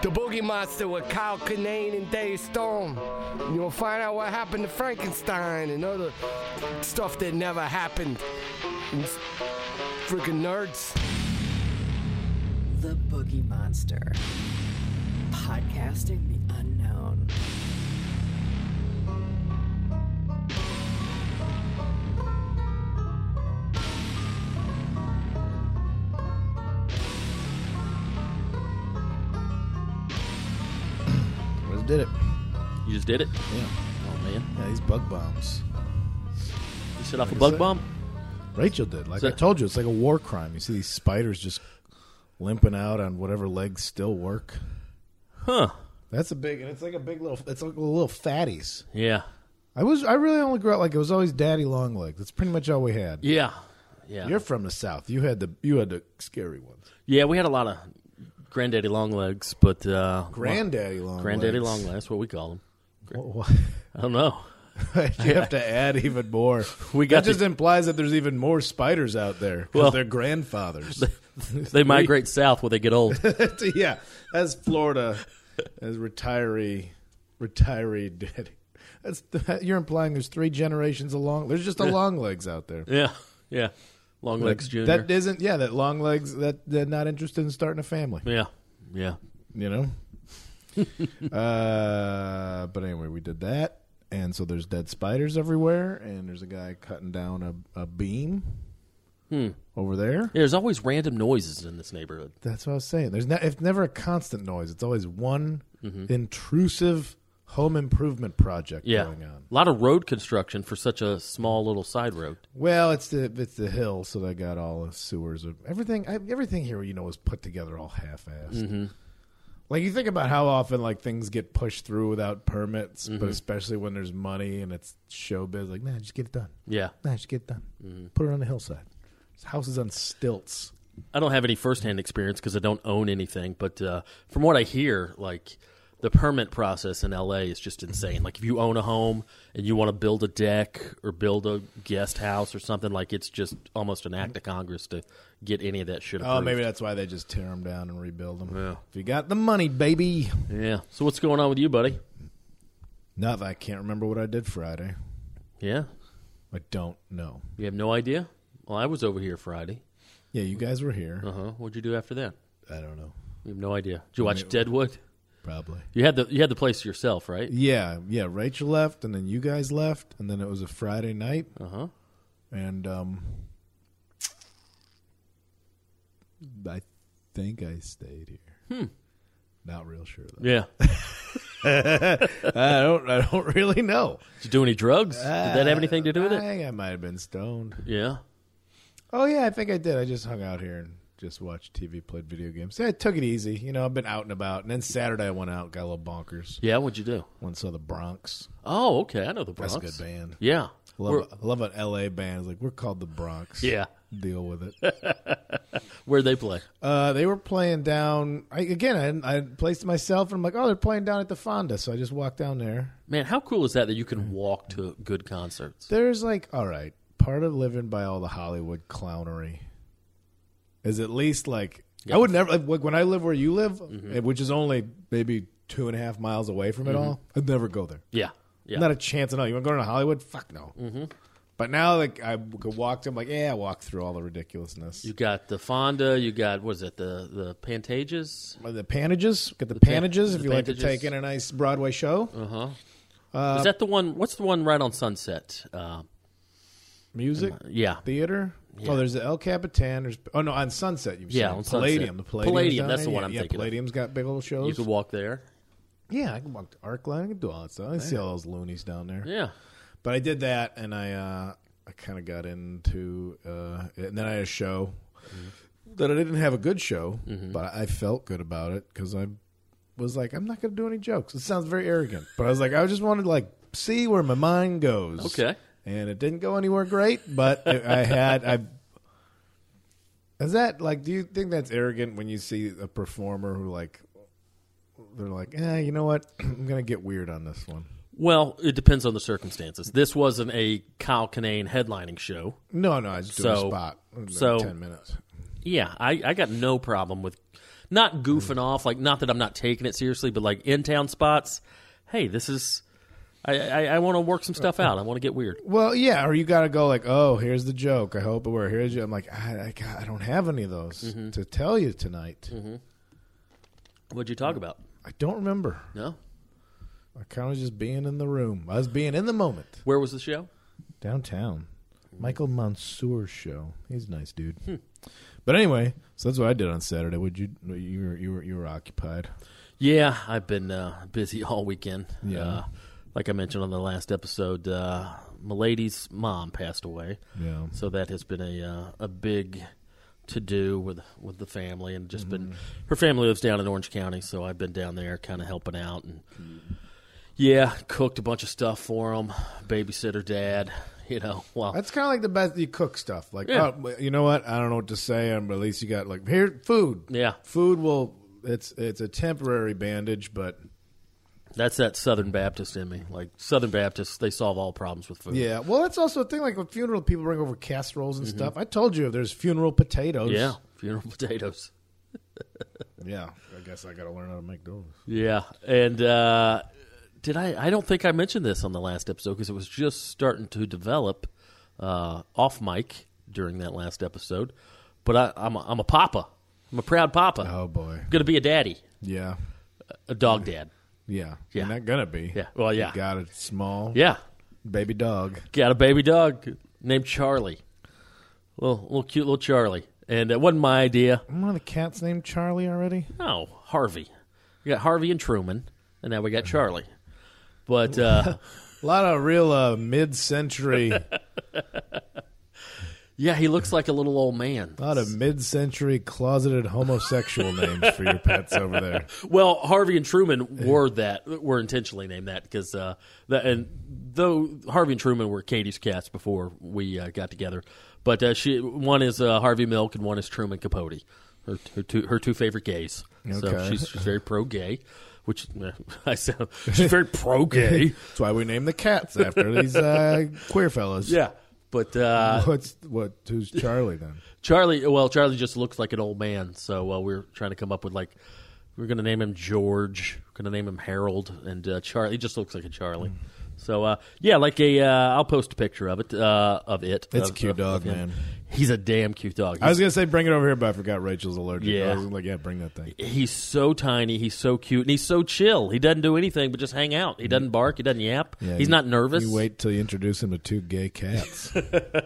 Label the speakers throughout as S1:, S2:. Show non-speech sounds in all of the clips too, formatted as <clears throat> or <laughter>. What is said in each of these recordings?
S1: The Boogie Monster with Kyle Kinane and Dave Storm. You'll find out what happened to Frankenstein and other stuff that never happened. And s- Freaking nerds.
S2: The Boogie Monster. Podcasting the unknown.
S3: I just did it.
S4: You just did it.
S3: Yeah.
S4: Oh man,
S3: Yeah, these bug bombs.
S4: you set off a
S3: Like I
S4: bug
S3: said.
S4: bomb.
S3: Rachel did. Like
S4: So-
S3: I told you, it's like a war crime. You see these spiders just limping out on whatever legs still work.
S4: Huh?
S3: That's a big, and it's like a big little, it's like little fatties.
S4: Yeah.
S3: I was, I really only grew up like it was always daddy long leg. That's pretty much all we had.
S4: Yeah. Yeah.
S3: You're from the south. You had the, you had the scary ones.
S4: yeah. We had a lot of granddaddy long legs, but uh,
S3: Granddaddy long.
S4: granddaddy long
S3: legs.
S4: legs. That's what we call them.
S3: <laughs> What-
S4: I don't know. <laughs>
S3: what- you have to add even more.
S4: We got
S3: that just
S4: the-
S3: implies that there's even more spiders out there. 'cause
S4: Well-
S3: they're
S4: <laughs>
S3: grandfathers.
S4: They migrate south when they
S3: <laughs>
S4: get old.
S3: yeah, as Florida, as retiree, retiree daddy. That's you're implying there's three generations of long. There's just a long legs out there.
S4: yeah. Yeah. Long <laughs> legs junior.
S3: That isn't. Yeah, that long legs. That they're not interested in starting a family.
S4: yeah. Yeah.
S3: You
S4: <laughs>
S3: know. uh, but anyway, we did that, and so there's dead spiders everywhere, and there's a guy cutting down a, a beam
S4: Hmm.
S3: over there.
S4: Yeah, There's always random noises in this neighborhood.
S3: That's what I was saying. There's not, it's never a constant noise. It's always one intrusive home improvement project
S4: Mm-hmm. Yeah.
S3: going on.
S4: A lot of road construction for such a small little side road.
S3: Well, it's the it's the hill, so they got all the sewers. of- Everything I, everything here, you know, was put together all half-assed.
S4: Mm-hmm.
S3: Like you think about how often like things get pushed through without permits,
S4: Mm-hmm.
S3: but especially when there's money and it's showbiz. Like, nah, just get it done.
S4: Yeah. Mm-hmm.
S3: Nah, just get it done. Put it on the hillside. This house is on stilts.
S4: I don't have any firsthand experience because I don't own anything, but uh, from what I hear, like the permit process in LA is just insane. Like if you own a home and you want to build a deck or build a guest house or something, like it's just almost an act of Congress to get any of that shit approved.
S3: Oh, maybe that's why they just tear them down and rebuild them. If you got the money, baby.
S4: Yeah. So what's going on with you, buddy?
S3: Not that I can't remember what I did Friday.
S4: Yeah.
S3: I don't know.
S4: You have no idea? Well, I was over here Friday.
S3: Yeah, you guys were here.
S4: Uh huh. What'd you do after that?
S3: I don't know.
S4: You have no idea. Did you watch Deadwood?
S3: Probably.
S4: You had the you had the place to yourself, right?
S3: Yeah, yeah. Rachel left, and then you guys left, and then it was a Friday night. Uh huh. And um, I think I stayed here. Hmm. Not real sure though.
S4: Yeah.
S3: I don't. I don't <laughs> really know.
S4: Did you do any drugs? Did that have anything to do with
S3: I
S4: it?
S3: think I might have been stoned.
S4: Yeah.
S3: Oh yeah, I think I did. I just hung out here and just watched TV, played video games. Yeah, I took it easy. You know, I've been out and about. And then Saturday I went out, got a little bonkers.
S4: Yeah. What'd you do?
S3: Went and saw the Bronx.
S4: Oh, okay. I know the Bronx.
S3: That's a good band.
S4: Yeah. Where,
S3: Love, I love an LA band. It's like we're called the Bronx.
S4: yeah.
S3: deal with
S4: <laughs>
S3: it.
S4: Where they play.
S3: uh, they were playing down. I, again, I, hadn't- I had placed myself, and I'm like, oh, they're playing down at the Fonda. So I just walked down there.
S4: Man, how cool is that that you can walk to good concerts?
S3: There's like, all right, part of living by all the Hollywood clownery is at least like I would never like when I live where you live,
S4: Mm-hmm.
S3: eh, which is only maybe two and a half miles away from it all. I'd never go there.
S4: Yeah. Mm-hmm. Yeah.
S3: Not a chance at all. You want to go to Hollywood? Fuck no. Mm-hmm. But now, like I could walk to, I'm like, yeah, I walk through all the ridiculousness.
S4: you got the Fonda, you got what is it, the the Pantages?
S3: Uh, the panages. Get the,
S4: pan-
S3: panages
S4: the
S3: if you like to
S4: panages. Uh-huh.
S3: take in a nice Broadway show. Uh,
S4: is that the one what's the one right on Sunset? Uh,
S3: Music,
S4: yeah.
S3: theater. Oh, there's the El Capitan. There's oh no, on Sunset. You've
S4: Yeah,
S3: seen.
S4: on Sunset.
S3: Palladium. The Palladium.
S4: Palladium, that's the one I'm
S3: yeah,
S4: thinking of.
S3: Palladium's got big old shows.
S4: You could walk there.
S3: yeah, I can walk to Arcline. I can do all that stuff. I can see all those loonies down there.
S4: Yeah.
S3: But I did that, and I uh, I kind of got into, uh, and then I had a show. that I didn't have a good show, but I felt good about it because I was like, I'm not going to do any jokes. It sounds very arrogant, but I was like, I just wanted to like see where my mind goes.
S4: Okay.
S3: and it didn't go anywhere great, but I I had I. Is that like? Do you think that's arrogant when you see a performer who like? They're like, eh, you know what? <clears throat> I'm gonna get weird on this one.
S4: Well, it depends on the circumstances. This wasn't a Kyle Kinane headlining show.
S3: No, no, I just do a
S4: So-
S3: spot. It was like
S4: so-
S3: ten minutes.
S4: Yeah, I, I got no problem with not goofing off. Like, not that I'm not taking it seriously, but like in town spots, hey, this is. I, I, I want to work some stuff out. I want to get weird.
S3: Well, yeah, or you gotta go like, oh, here's the joke. I hope it were. Here's you. I'm like, I, I, ca- I don't have any of those
S4: Mm-hmm.
S3: to tell you tonight.
S4: What'd you talk about?
S3: I don't remember.
S4: No?
S3: I kind of just being in the room. I was being in the moment
S4: Where was the show?
S3: downtown.
S4: Mm-hmm.
S3: Michael Mansour's show. He's a nice dude.
S4: Hmm.
S3: But anyway, so that's what I did on Saturday. Would you? You were you were you were occupied.
S4: Yeah, I've been uh, busy <laughs> all weekend.
S3: Yeah.
S4: Uh, like I mentioned on the last episode, uh, Milady's mom passed away.
S3: Yeah.
S4: So that has been a uh, a big to do with with the family and just been her family lives down in Orange County, so I've been down there kind of helping out and yeah, cooked a bunch of stuff for them, babysitter dad, you know. Well,
S3: That's kind of like the best you cook stuff. Like,
S4: Yeah.
S3: oh, you know what? I don't know what to say, um, but at least you got like here food.
S4: Yeah.
S3: food will. It's it's a temporary bandage, but
S4: that's that Southern Baptist in me. Like Southern Baptists, they solve all problems with food.
S3: yeah. Well, that's also a thing. Like with funeral, people bring over casseroles and stuff. I told you, if there's funeral potatoes.
S4: Mm-hmm. Yeah, funeral <laughs> potatoes.
S3: yeah. I guess I got to learn how to make those.
S4: Yeah, and uh, did I? I don't think I mentioned this on the last episode because it was just starting to develop uh, off mic during that last episode. But I, I'm a, I'm a papa. I'm a proud papa.
S3: Oh boy.
S4: I'm gonna be a daddy,
S3: Yeah.
S4: a dog dad.
S3: Yeah.
S4: Yeah.
S3: You're not gonna be.
S4: Yeah. Well, yeah,
S3: You got a small
S4: yeah.
S3: baby dog.
S4: Got a baby dog named Charlie. Little little cute little Charlie, and it wasn't my idea.
S3: One of the cats named Charlie already.
S4: Oh, Harvey. We got Harvey and Truman, and now we
S3: Uh-huh.
S4: got Charlie. But uh,
S3: <laughs> A lot of real uh, mid-century,
S4: <laughs>
S3: a
S4: yeah, he looks like a little old man.
S3: lot of mid-century closeted homosexual names for your pets over
S4: <laughs>
S3: there.
S4: Well, Harvey and Truman were that were intentionally named that because uh, that and though Harvey and Truman were Katie's cats before we uh, got together, but uh, she one is uh, Harvey Milk and one is Truman Capote, her, her two her two favorite gays. So
S3: Okay.
S4: she's, she's very pro gay, which <laughs> eh, I sound she's very
S3: <laughs>
S4: pro gay.
S3: That's why we named the cats after these uh, queer fellows.
S4: yeah, but uh,
S3: What's what? Who's Charlie
S4: <laughs>
S3: then?
S4: Charlie, well, Charlie just looks like an old man, so uh, we are trying to come up with like we are going to name him George, we're going to name him Harold, and uh, Charlie he just looks like a Charlie.
S3: Hmm.
S4: So uh, yeah, like a uh, I'll post a picture of it uh, of it.
S3: It's a
S4: of-
S3: cute
S4: of-
S3: dog,
S4: of him.
S3: man.
S4: He's a damn cute dog.
S3: I
S4: He's,
S3: was gonna say bring it over here, but I forgot Rachel's allergic.
S4: Yeah.
S3: I was like, yeah, bring that thing.
S4: he's so tiny, he's so cute, and he's so chill. He doesn't do anything but just hang out. He doesn't bark, he doesn't yap.
S3: Mm. Yeah,
S4: he's
S3: you-
S4: not nervous.
S3: You wait till you introduce him to two gay
S4: <laughs>
S3: cats.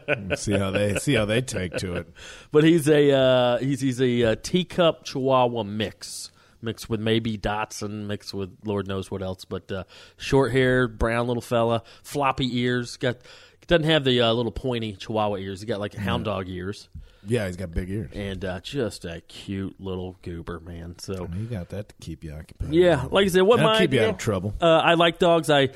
S3: And see how they see how they take to it.
S4: But he's a uh, he's he's a uh, teacup Chihuahua mix, mixed with maybe Dotson, mixed with Lord knows what else. But uh, short haired, brown little fella, floppy ears. Got doesn't have the uh, little pointy Chihuahua ears. He got like hound dog ears,
S3: Yeah, he's got big ears.
S4: and uh, just a cute little goober man. So
S3: You got that to keep you occupied.
S4: yeah, like I said, what
S3: That'll
S4: my
S3: keep you
S4: idea-
S3: out of trouble.
S4: Uh, I like dogs. I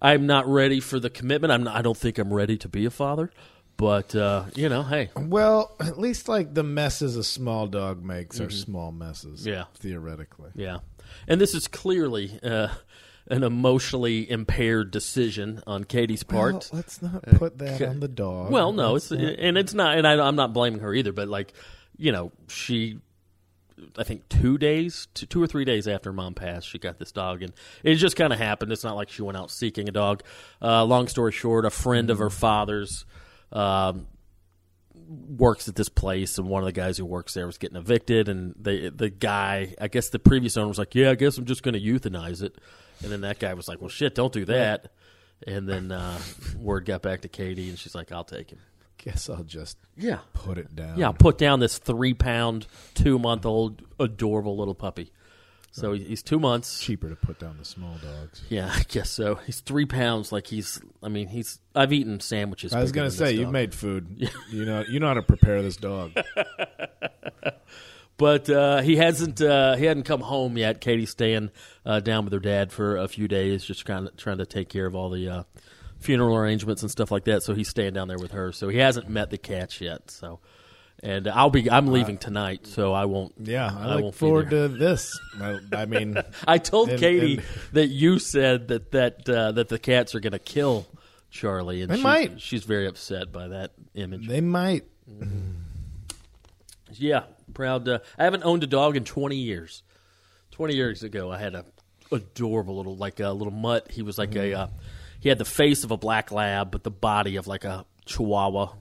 S4: I'm not ready for the commitment. I'm not, I don't think I'm ready to be a father. But uh, you know, hey,
S3: Well, at least like the messes a small dog makes are small messes.
S4: Mm-hmm. Yeah.
S3: theoretically.
S4: Yeah, and this is clearly uh, an emotionally impaired decision on Katie's
S3: Well,
S4: part. Well,
S3: let's not put that on the dog.
S4: no, it's and it's not, and I, I'm not blaming her either. But like, you know, she, I think two days, two, two or three days after mom passed, she got this dog, and it just kind of happened. It's not like she went out seeking a dog. Uh, long story short, a friend of her father's. Um, works at this place, and one of the guys who works there was getting evicted, and they the guy, I guess the previous owner was like, "Yeah, I guess I'm just going to euthanize it," and then that guy was like, "Well, shit, don't do that," and then uh, word got back to Katie, and she's like, "I'll take him."
S3: guess I'll just
S4: Yeah,
S3: put it down.
S4: yeah, I'll put down this three pound, two month old adorable little puppy. So he- he's two months.
S3: Cheaper to put down the small dogs.
S4: Yeah, <laughs> I guess so. He's three pounds. Like he's. I mean, he's. I've eaten sandwiches.
S3: I was
S4: bigger
S3: gonna
S4: than
S3: say
S4: this
S3: you've
S4: dog.
S3: made food. You know you know how to prepare this
S4: <laughs>
S3: dog.
S4: but uh, he hasn't. Uh, he hadn't come home yet. Katie's staying uh, down with her dad for a few days, just kind of trying to take care of all the uh, funeral arrangements and stuff like that. So he's staying down there with her. So he hasn't met the cats yet. So, and I'll be. I'm leaving tonight, so I won't.
S3: Uh, Yeah, I
S4: won't
S3: look
S4: be
S3: forward
S4: there.
S3: to this. I,
S4: <laughs>
S3: I mean,
S4: I told
S3: and-
S4: Katie
S3: and-
S4: that you said that that uh, that the cats are going to kill Charlie, and
S3: They
S4: she-
S3: might.
S4: She's very upset by that image.
S3: they might.
S4: Yeah, proud. Uh, I haven't owned a dog in 20 years. 20 years ago, I had a adorable little like a little mutt. He was like
S3: Mm-hmm.
S4: a uh, he had the face of a black lab, but the body of like a Chihuahua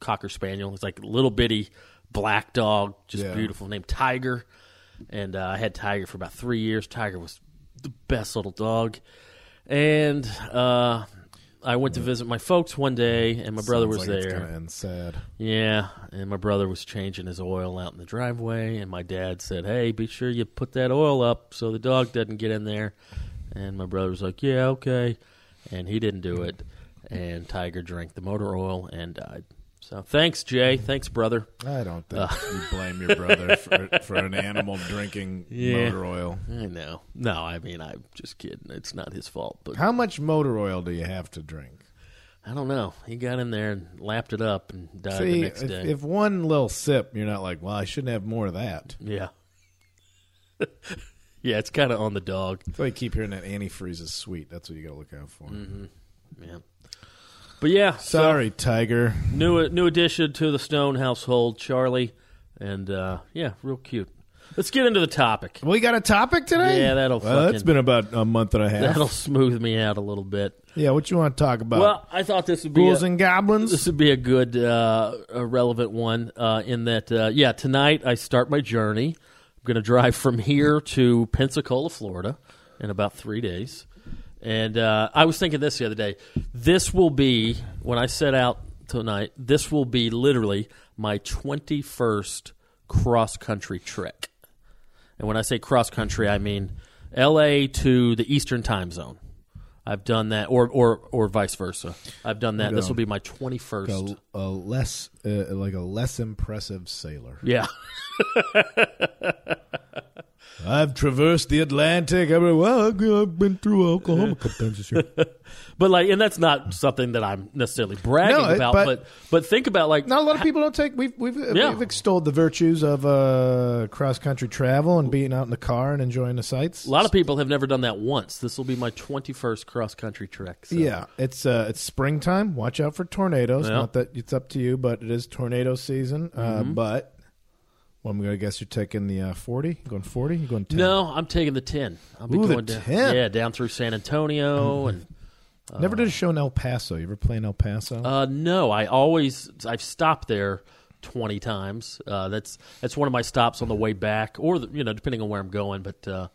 S4: cocker spaniel. It's like a little bitty black dog, just
S3: Yeah.
S4: beautiful. Named Tiger, and uh, I had Tiger for about three years. Tiger was the best little dog, and uh, I went to visit my folks one day, and my brother
S3: Sounds
S4: was
S3: like It's
S4: there.
S3: gonna end sad.
S4: Yeah, and my brother was changing his oil out in the driveway, and my dad said, "Hey, be sure you put that oil up so the dog doesn't get in there." And my brother was like, "Yeah, okay," and he didn't do it, and Tiger drank the motor oil and died. So thanks, Jay. Thanks, brother.
S3: I don't think
S4: Uh.
S3: you blame your brother for, for an animal drinking
S4: <laughs> Yeah.
S3: motor oil.
S4: I know. No, I mean I'm just kidding. It's not his fault, but
S3: How much motor oil do you have to drink?
S4: I don't know. He got in there and lapped it up and died Uh, the
S3: See,
S4: next
S3: if,
S4: day.
S3: if one little sip, you're not like, well, I shouldn't have more of that.
S4: yeah. <laughs> yeah, it's kind of on the dog.
S3: So you keep hearing that antifreeze is sweet. That's what you got to look out for.
S4: Mm-hmm. Yeah. But yeah, so-
S3: Sorry, Tiger.
S4: new new addition to the Stone household, Charlie, and uh, yeah, real cute. Let's get into the topic.
S3: We got a topic today.
S4: Yeah, that'll
S3: Well, that's
S4: fucking-
S3: been about a month and a half.
S4: That'll smooth me out a little bit.
S3: <laughs> Yeah, what you want to talk about?
S4: Well, I thought this would be
S3: Ghouls
S4: a,
S3: Uh, and goblins.
S4: this would be a good, uh, a relevant one. Uh, in that, uh, yeah, tonight I start my journey. I'm going to drive from here to Pensacola, Florida, in about three days. And uh, I was thinking this the other day. This will be when I set out tonight. This will be literally my twenty-first cross-country trek. And when I say cross country, I mean L.A. to the Eastern Time Zone. I've done that, or or or vice versa. I've done that. This will be my twenty first.
S3: a, a less uh, like a less impressive sailor.
S4: Yeah, <laughs>
S3: I've traversed the Atlantic. I've been, well, I've- I've been through
S4: <laughs>
S3: Oklahoma a couple times this year.
S4: but like, and that's not something that I'm necessarily bragging
S3: No, it-
S4: about. But,
S3: but-
S4: but think about like
S3: Not a lot of people don't take. We've we've,
S4: Yeah.
S3: we've extolled the virtues of uh, cross country travel and being out in the car and enjoying the sights.
S4: a lot of people have never done that once. This will be my twenty first cross country trek. So.
S3: Yeah, it's uh, it's springtime. Watch out for tornadoes.
S4: Yeah. Mm-hmm.
S3: Not that it's up to you, but it is tornado season. Uh, but well, I'm gonna guess you're taking the uh, forty. You going forty? You going ten?
S4: No, I'm taking the ten. I'll be
S3: Ooh, the Mm-hmm.
S4: going down,
S3: 10.
S4: yeah, down through San Antonio and
S3: Never did a show in El Paso. You ever play in El Paso?
S4: Uh, no, I always I've stopped there twenty times. Uh, that's that's one of my stops on the way back, or the, you know, depending on where I'm going. But uh,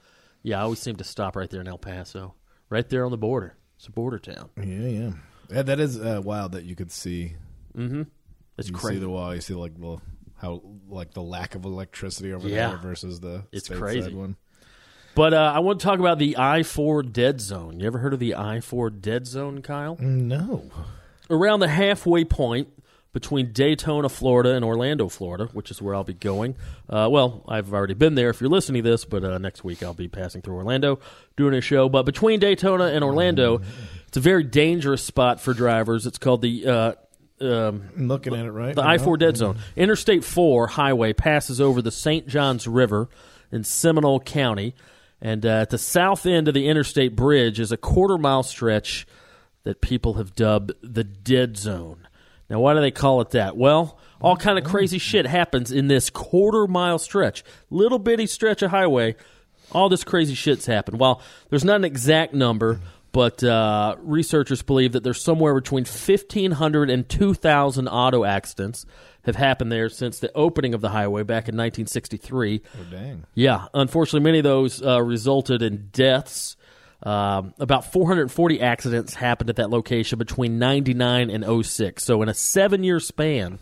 S4: yeah, I always seem to stop right there in El Paso, right there on the border. It's a border town.
S3: yeah, yeah, yeah. That is uh, wild that you could see
S4: It's
S3: You
S4: crazy.
S3: see the wall. You see like the how like the lack of electricity over
S4: Yeah.
S3: there versus the
S4: It's
S3: stateside
S4: crazy.
S3: one.
S4: But uh, I want to talk about the I four dead zone. You ever heard of the I four dead zone, Kyle?
S3: No,
S4: around the halfway point between Daytona, Florida, and Orlando, Florida, which is where I'll be going. Uh, well, I've already been there if you're listening to this, but uh, next week I'll be passing through Orlando doing a show. But between Daytona and Orlando, it's a very dangerous spot for drivers. It's called the. Uh, um,
S3: I'm looking at it right. Uh-huh.
S4: the
S3: now.
S4: I 4 dead zone. Interstate 4 highway passes over the St. Johns River in Seminole County. And uh, at the south end of the interstate bridge is a quarter mile stretch that people have dubbed the dead zone. Now, why do they call it that? Well, all kind of crazy shit happens in this quarter mile stretch, little bitty stretch of highway. All this crazy shit's happened. While there's not an exact number, but uh, researchers believe that there's somewhere between 1,500 and 2,000 auto accidents have happened there since the opening of the highway back in 1963.
S3: Oh, Dang.
S4: Yeah, unfortunately, many of those uh, resulted in deaths. Um, about 440 accidents oh happened at that location between 99 and 06. So, in a seven year span,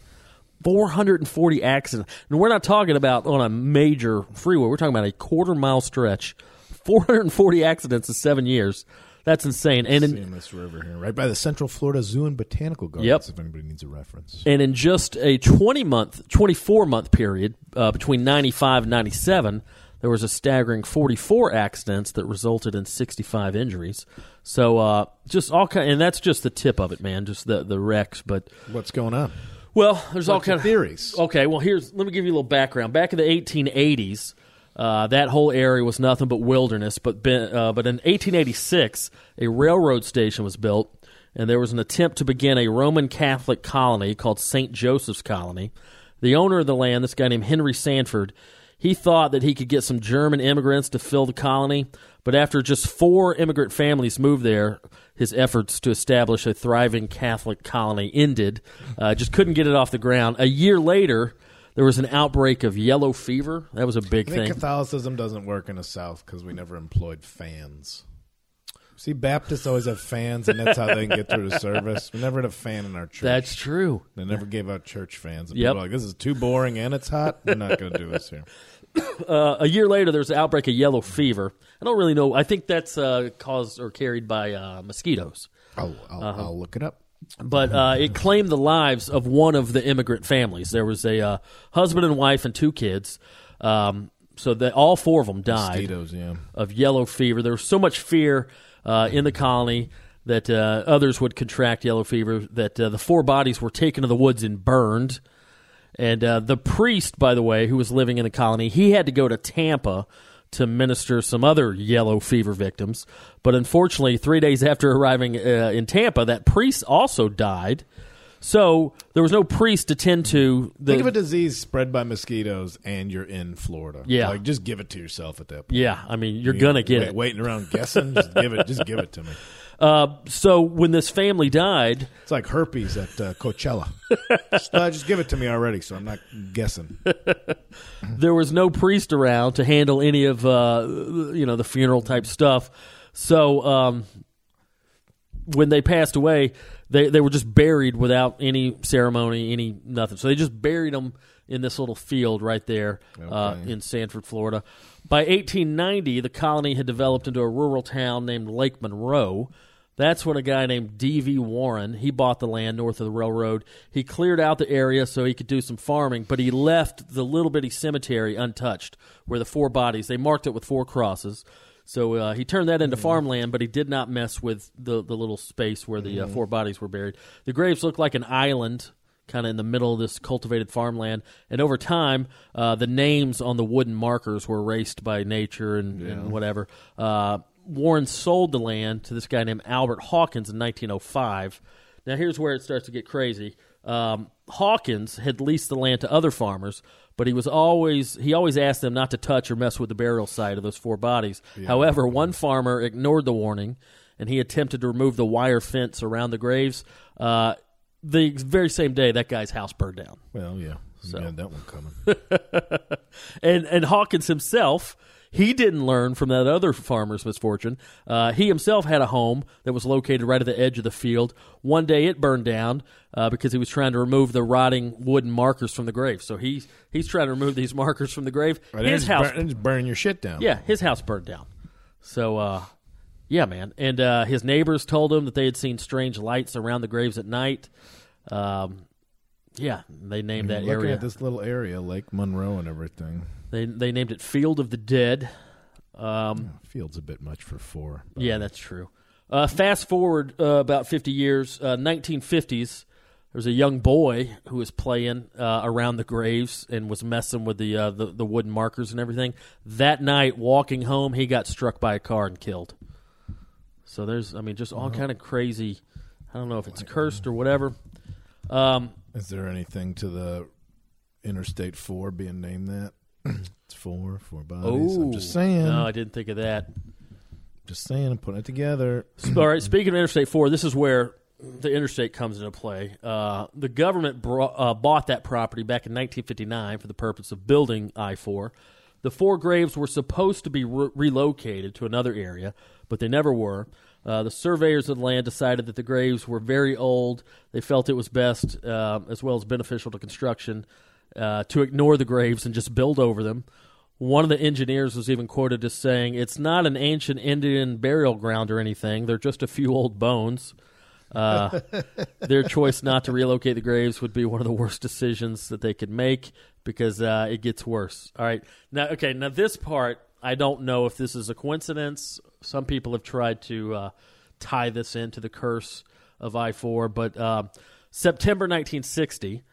S4: 440 accidents. And we're not talking about on a major freeway. We're talking about a quarter mile stretch. 440 accidents in seven years. That's insane. And in,
S3: Seeing this river here, right by the Central Florida Zoo and Botanical Gardens.
S4: Yep.
S3: If anybody needs a reference,
S4: And in just a 20 month, 24 month period uh, between 95 and 97, there was a staggering 44 accidents that resulted in 65 injuries. So uh, just all kind, and that's just the tip of it, man. Just the the wrecks, but
S3: what's going on?
S4: well, there's all
S3: What's your
S4: kind of
S3: theories?
S4: Okay, well here's let me give you a little background. Back in the 1880s, uh, that whole area was nothing but wilderness. But been, uh, but in 1886, a railroad station was built, and there was an attempt to begin a Roman Catholic colony called St. Joseph's Colony. The owner of the land, this guy named Henry Sanford, he thought that he could get some German immigrants to fill the colony, but after just four immigrant families moved there, his efforts to establish a thriving Catholic colony ended. Uh, just couldn't get it off the ground. A year later, there was an outbreak of yellow fever. That was a big
S3: I think
S4: thing.
S3: Catholicism doesn't work in the South because we never employed fans. See, Baptists always have fans, and that's how they can get through the service. We never had a fan in our church.
S4: That's true.
S3: They never gave out church fans. And
S4: Yep.
S3: people are like, this is too boring and it's hot. We're not going to do this here.
S4: Uh, a year later, there was an outbreak of yellow fever. I don't really know. I think that's uh, caused or carried by uh, mosquitoes.
S3: I'll, I'll,
S4: Uh-huh.
S3: I'll look it up.
S4: but uh, it claimed the lives of one of the immigrant families. There was a uh, husband and wife and two kids. Um, so that all four of them died
S3: Tito's, yeah.
S4: of yellow fever. There was so much fear uh, in the colony that uh, others would contract yellow fever that uh, the four bodies were taken to the woods and burned. And uh, the priest, by the way, who was living in the colony, he had to go to Tampa to minister some other yellow fever victims. But unfortunately, three days after arriving uh, in Tampa, that priest also died. So there was no priest to tend to. The,
S3: Think of a disease spread by mosquitoes and you're in Florida.
S4: Yeah.
S3: Like, just give it to yourself at that point.
S4: yeah, I mean, you're gonna get
S3: Wait-
S4: it.
S3: Waiting around guessing, just give it. Just give it to me.
S4: Uh, so when this family died,
S3: It's like herpes at uh, Coachella. just, uh, just give it to me already, so I'm not guessing.
S4: there was no priest around to handle any of uh, you know the funeral type stuff. So um, when they passed away, they they were just buried without any ceremony, any nothing. So they just buried them in this little field right there uh, in Sanford, Florida. By 1890, the colony had developed into a rural town named Lake Monroe. That's when a guy named D.V. Warren, he bought the land north of the railroad. He cleared out the area so he could do some farming, but he left the little bitty cemetery untouched where the four bodies, they marked it with four crosses. So uh, he turned that into farmland, but he did not mess with the, the little space where the uh, four bodies were buried. The graves looked like an island, kind of in the middle of this cultivated farmland. And over time, uh, the names on the wooden markers were erased by nature and, and whatever. Uh, Warren sold the land to this guy named Albert Hawkins in 1905. Now, here's where it starts to get crazy. Um, Hawkins had leased the land to other farmers, but he was always he always asked them not to touch or mess with the burial site of those four bodies. However, one farmer ignored the warning, and he attempted to remove the wire fence around the graves. Uh, the very same day, that guy's house burned down,
S3: Well, yeah. You had that one
S4: <laughs>
S3: coming.
S4: and and Hawkins himself. He didn't learn from that other farmer's misfortune. Uh, he himself had a home that was located right at the edge of the field. One day it burned down uh, because he was trying to remove the rotting wooden markers from the grave. So he, he's trying to remove these markers from the grave.
S3: Right,
S4: His
S3: and just
S4: house
S3: burn, and just burn your shit down.
S4: Yeah, his house burned down. So, uh, yeah, man. And uh, his neighbors told him that they had seen strange lights around the graves at night. Um, yeah, they named that
S3: Looking
S4: area.
S3: at this little area, Lake Monroe and everything.
S4: They they named it Field of the Dead.
S3: Field's a bit much for four.
S4: Yeah, that's true. Uh, fast forward uh, about 50 years, uh, 1950s. There's a young boy who was playing uh, around the graves and was messing with the, uh, the the wooden markers and everything. That night, walking home, he got struck by a car and killed. So there's, I mean, just all kind of crazy. I don't know if it's cursed or whatever.
S3: Is there anything to the Interstate Four being named that? <clears throat> it's four, four bodies. I'm just saying.
S4: No, I didn't think of that.
S3: just saying. I'm putting it together.
S4: All right. Speaking of Interstate Four, this is where the interstate comes into play. Uh, the government bro- uh, bought that property back in 1959 for the purpose of building I four. The four graves were supposed to be re- relocated to another area, but they never were. Uh, the surveyors of the land decided that the graves were very old. They felt it was best, um, as well as beneficial to construction, uh, to ignore the graves and just build over them. One of the engineers was even quoted as saying, It's not an ancient Indian burial ground or anything. They're just a few old bones. Uh, their choice not to relocate the graves would be one of the worst decisions that they could make because uh, it gets worse. All right. Now, okay. Now, this part, I don't know if this is a coincidence. Some people have tried to uh, tie this into the curse of I 4, but uh, September 1960,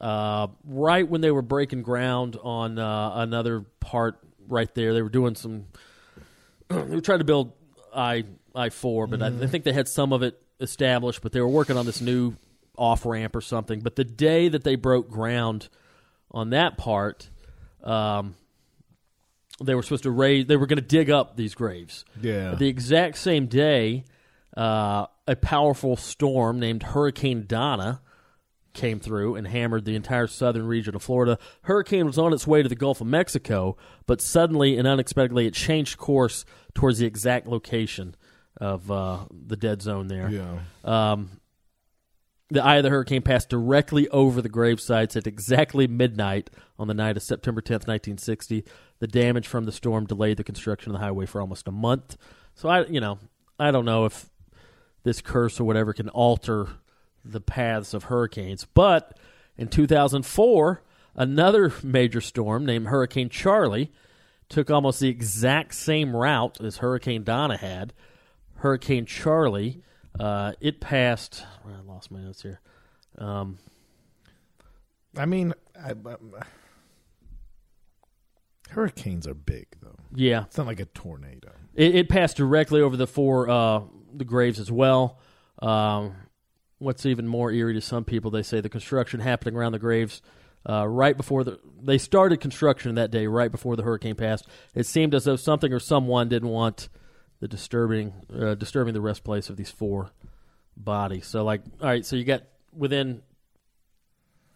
S4: uh, right when they were breaking ground on uh, another part right there, they were doing some they were trying to build I I four, but I, I think they had some of it established, but they were working on this new off ramp or something. But the day that they broke ground on that part, um, they were supposed to raise. They were going to dig up these graves.
S3: Yeah.
S4: The exact same day, uh, a powerful storm named Hurricane Donna came through and hammered the entire southern region of Florida. Hurricane was on its way to the Gulf of Mexico, but suddenly and unexpectedly it changed course towards the exact location of uh, the dead zone there.
S3: Yeah.
S4: The eye of the hurricane passed directly over the grave sites at exactly midnight on the night of September 10th, 1960. The damage from the storm delayed the construction of the highway for almost a month. So I, you know, I don't know if this curse or whatever can alter the paths of hurricanes, but in 2004, another major storm named Hurricane Charlie took almost the exact same route as Hurricane Donna had. Hurricane Charlie, uh, it passed. well, I lost my notes here. Um,
S3: I mean, I, I- hurricanes are big though.
S4: yeah,
S3: It's not like a tornado.
S4: it, it passed directly over the four uh, the graves as well. Um, what's even more eerie to some people, they say the construction happening around the graves uh, right before the they started construction that day, right before the hurricane passed. It seemed as though something or someone didn't want the disturbing uh, disturbing the rest place of these four bodies. So like, all right, so you got within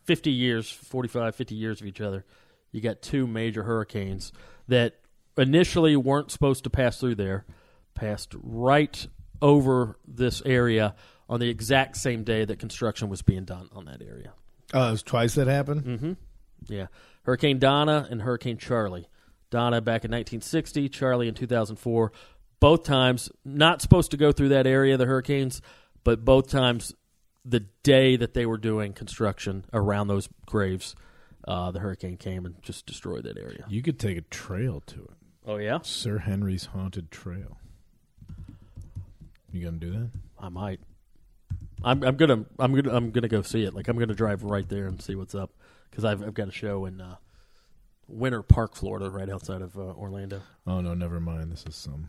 S4: 50 years, 45, 50 years of each other, you got two major hurricanes that initially weren't supposed to pass through there, passed right over this area on the exact same day that construction was being done on that area.
S3: Uh, it was twice that happened.
S4: Mm-hmm. Yeah. Hurricane Donna and Hurricane Charlie. Donna back in 1960, Charlie in 2004. Both times not supposed to go through that area, the hurricanes, but both times the day that they were doing construction around those graves, uh, the hurricane came and just destroyed that area.
S3: You could take a trail to it,
S4: Oh, yeah?
S3: Sir Henry's Haunted Trail. You gonna do that?
S4: I might. I'm, I'm gonna I'm gonna I'm gonna go see it. Like I'm gonna drive right there and see what's up because I've I've got a show in uh, Winter Park, Florida, right outside of uh, Orlando.
S3: Oh no, never mind. This is some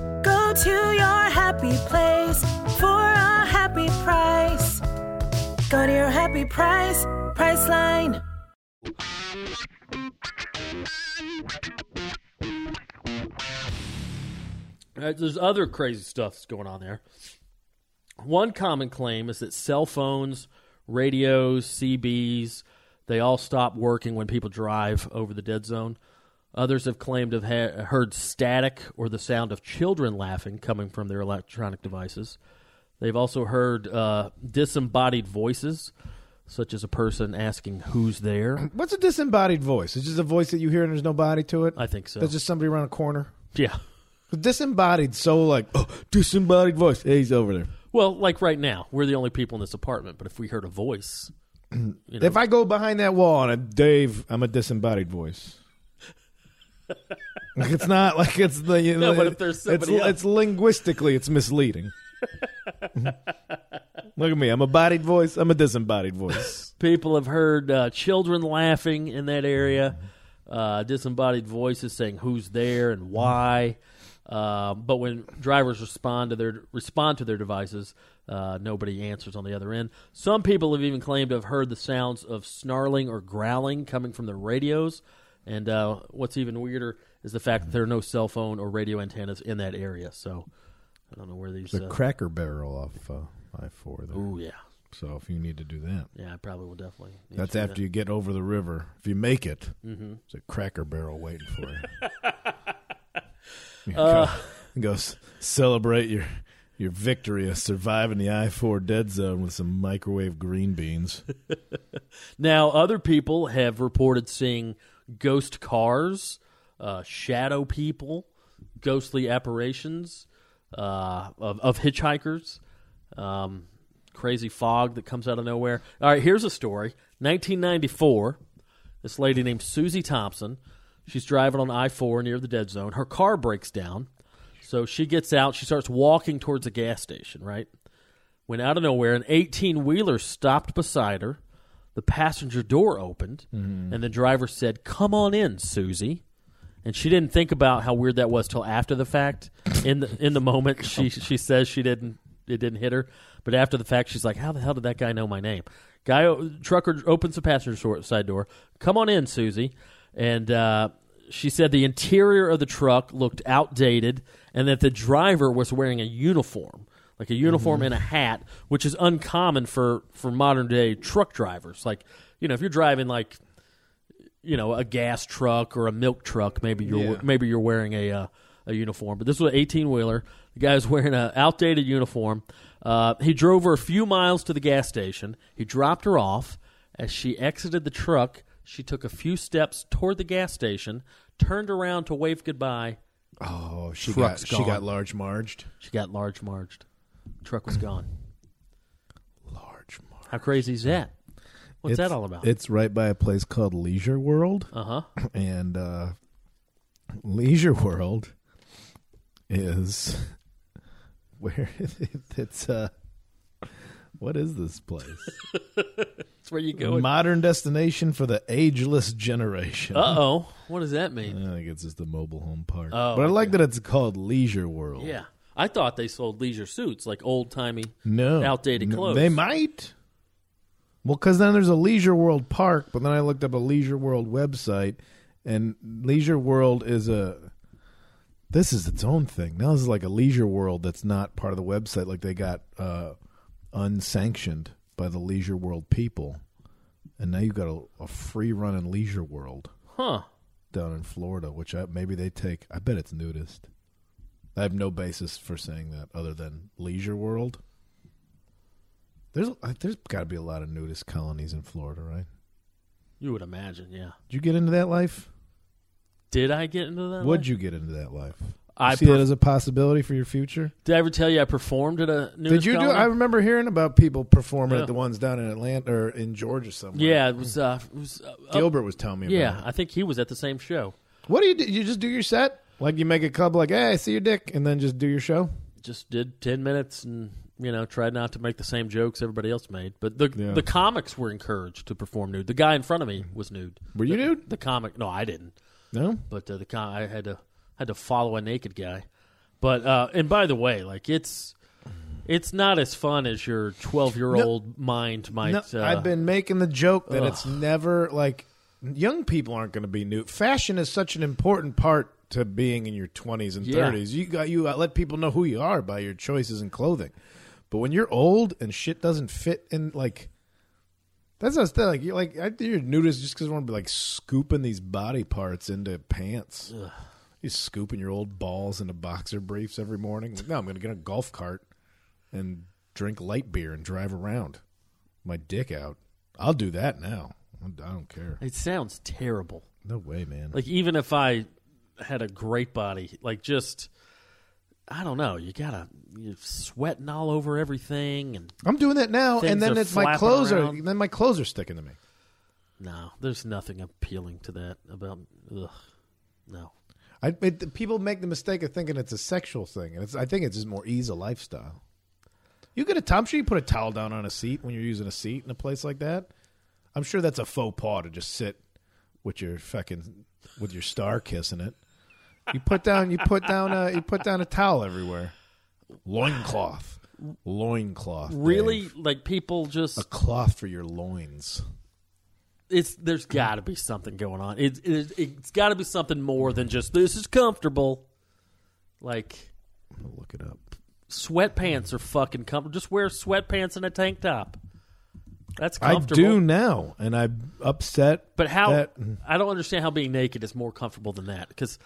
S5: Go to your happy place for a happy price. Go to your happy price, Priceline.
S4: Uh, there's other crazy stuff that's going on there. One common claim is that cell phones, radios, CBs, they all stop working when people drive over the dead zone. Others have claimed to have ha- heard static or the sound of children laughing coming from their electronic devices. They've also heard uh, disembodied voices, such as a person asking, Who's there?
S3: What's a disembodied voice? It's just a voice that you hear and there's no body to it.
S4: I think so.
S3: That's just somebody around a corner.
S4: yeah.
S3: Disembodied, so like <gasps> oh, disembodied voice. Hey, he's over there.
S4: Well, like right now, we're the only people in this apartment, but if we heard a voice,
S3: If I go behind that wall and I'm Dave, I'm a disembodied
S4: <laughs>
S3: voice. like it's not like it's the you
S4: No,
S3: know,
S4: but if there's somebody
S3: it's,
S4: else-
S3: it's linguistically it's
S4: <laughs>
S3: misleading. Look at me, I'm a bodied voice. I'm a disembodied
S4: <laughs>
S3: voice.
S4: People have heard uh, children laughing in that area, uh, disembodied voices saying who's there and why. Uh, but when drivers respond to their respond to their devices, uh, nobody answers on the other end. Some people have even claimed to have heard the sounds of snarling or growling coming from their radios. And uh, what's even weirder is the fact that there are no cell phone or radio antennas in that area. So I don't know where these.
S3: The
S4: Uh,
S3: cracker barrel off uh, I four there.
S4: ooh, yeah,
S3: So if you need to do that,
S4: yeah, I probably will definitely. need
S3: that's
S4: to do
S3: after you get over the river. If you make it,
S4: Mm-hmm.
S3: it's a cracker barrel waiting for you.
S4: <laughs>
S3: you
S4: Uh.
S3: <laughs> go, go s- celebrate your your victory of surviving the I four dead zone with some microwave green
S4: <laughs>
S3: beans.
S4: Now, other people have reported seeing ghost cars, uh, shadow people, ghostly apparitions uh, of, of hitchhikers, um, crazy fog that comes out of nowhere. All right, here's a story 1994. This lady named Susie Thompson. She's driving on I 4 near the dead zone. Her car breaks down. So she gets out. She starts walking towards a gas station, right? when out of nowhere an 18 wheeler stopped beside her. The passenger door opened, and the driver said, "Come on in, Susie." And she didn't think about how weird that was till after the fact. In the in the moment, she she says she didn't it didn't hit her, but after the fact, she's like, "How the hell did that guy know my name?" Guy o- trucker opens the passenger sor- side door. Come on in, Susie, and. Uh, she said the interior of the truck looked outdated and that the driver was wearing a uniform like a uniform and a hat, which is uncommon for for modern day truck drivers. Like, you know, if you're driving like, you know, a gas truck or a milk truck, maybe you're maybe you're wearing a uh, a uniform. But this was an 18 wheeler. The guy's wearing an outdated uniform. Uh, he drove her a few miles to the gas station. He dropped her off. As she exited the truck, she took a few steps toward the gas station, turned around to wave goodbye.
S3: Oh, she
S4: Truck's
S3: got
S4: gone.
S3: she got large marged.
S4: She got large marged. Truck was gone.
S3: Large marged.
S4: How crazy is that? What's that all about?
S3: It's right by a place called Leisure World.
S4: Uh-huh.
S3: and uh, Leisure World is <laughs> where it's uh, what is this place?
S4: That's where you
S3: A
S4: <laughs> go.
S3: modern destination for the ageless generation.
S4: Uh oh. What does that mean?
S3: I think it's just the mobile home park,
S4: Oh,
S3: but I like that it's called Leisure World.
S4: Yeah. I thought they sold leisure suits, like old timey.
S3: no
S4: Outdated
S3: N-
S4: clothes.
S3: They might. Well, because then there's a Leisure World park, but then I looked up a Leisure World website, and Leisure World is a. This is its own thing. Now this is like a Leisure World that's not part of the website. Like they got uh, unsanctioned by the Leisure World people, and now you've got a, a free run in Leisure World
S4: Huh.
S3: down in Florida, which I, maybe they take. I bet it's nudist. I have no basis for saying that other than Leisure World. There's uh, there's got to be a lot of nudist colonies in Florida, right?
S4: You would imagine, yeah.
S3: Did you get into that life?
S4: Did I get into that?
S3: Would
S4: life?
S3: you get into that life?
S4: I
S3: You see
S4: per-
S3: that as a possibility for your future.
S4: Did I ever tell you I performed at a new
S3: Did you do? I remember hearing about people performing
S4: Yeah.
S3: at the ones down in Atlanta or in Georgia somewhere.
S4: Yeah, it was uh it was uh, up-
S3: Gilbert was telling me.
S4: Yeah,
S3: about it.
S4: I think he was at the same show.
S3: What do you do? You just do your set, like you make a club, like hey, I see your dick, and then just do your show.
S4: Just did 10 minutes and you know, tried not to make the same jokes everybody else made, but the
S3: Yeah.
S4: the comics were encouraged to perform nude. The guy in front of me was nude.
S3: Were you nude?
S4: The comic? No, I didn't.
S3: No.
S4: but uh, the con- I had to had to follow a naked guy. But uh, and by the way, like it's it's not as fun as your twelve year old mind might.
S3: No,
S4: uh,
S3: I've been making the joke that it's never like young people aren't going to be new. Fashion is such an important part to being in your 20s and
S4: Yeah.
S3: 30s. You got you uh, let people know who you are by your choices in clothing. But when you're old and shit doesn't fit in like that's not like you're like I think you're nudist just because want to be like scooping these body parts into pants. You scooping your old balls into boxer briefs every morning. Like, no, I'm going to get a golf cart and drink light beer and drive around. My dick out. I'll do that now. I don't care.
S4: It sounds terrible.
S3: No way, man.
S4: Like even if I had a great body, like just I don't know. You gotta you're sweating all over everything, and
S3: I'm doing that now,
S4: Things
S3: and then
S4: are
S3: it's my
S4: flapping
S3: clothes are
S4: around.
S3: then my clothes are sticking to me.
S4: no, there's nothing appealing to that about. Ugh, no,
S3: I, it, people make the mistake of thinking it's a sexual thing, and it's, I think it's just more ease of lifestyle. You get a towel. I'm sure you put a towel down on a seat when you're using a seat in a place like that. I'm sure that's a faux pas to just sit with your fucking with your star kissing it. You put down you put down a you put down a towel everywhere. Loincloth. Loincloth.
S4: Really,
S3: Dave.
S4: like people just
S3: A cloth for your loins.
S4: it's there's got to be something going on. It, it, it's got to be something more than just this is comfortable. Like
S3: I'm gonna look it up.
S4: sweatpants are fucking comfortable. Just wear sweatpants and a tank top. That's
S3: I
S4: comfortable.
S3: do now, and I'm upset
S4: But how?
S3: that
S4: I don't understand how being naked is more comfortable than that because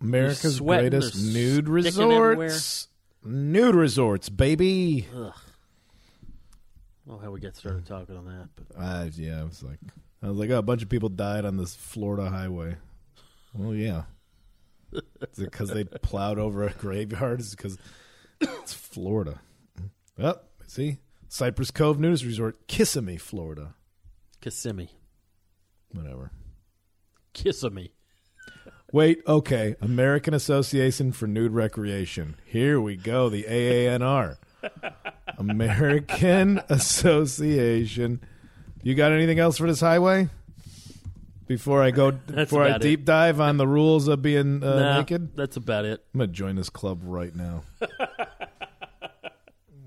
S3: America's
S4: sweating,
S3: greatest
S4: they're
S3: nude
S4: sticking everywhere.
S3: resorts. Nude resorts, baby.
S4: well, how we get started talking on that. But
S3: I, yeah, I was like, I was like, oh, a bunch of people died on this Florida highway. Well, yeah, is it because they plowed over a graveyard? Is because it's Florida? Well, see, Cypress Cove News Resort, Kissimmee, Florida.
S4: Kissimmee,
S3: Whatever.
S4: Kissimmee.
S3: Wait, okay. American Association for Nude Recreation. Here we go. The AANR.
S4: <laughs>
S3: American Association. You got anything else for this highway? Before I
S4: <laughs>
S3: go, before I
S4: about it.
S3: deep dive on the rules of being uh,
S4: Nah,
S3: naked,
S4: That's about it.
S3: I'm gonna join this club right
S4: <laughs>
S3: now.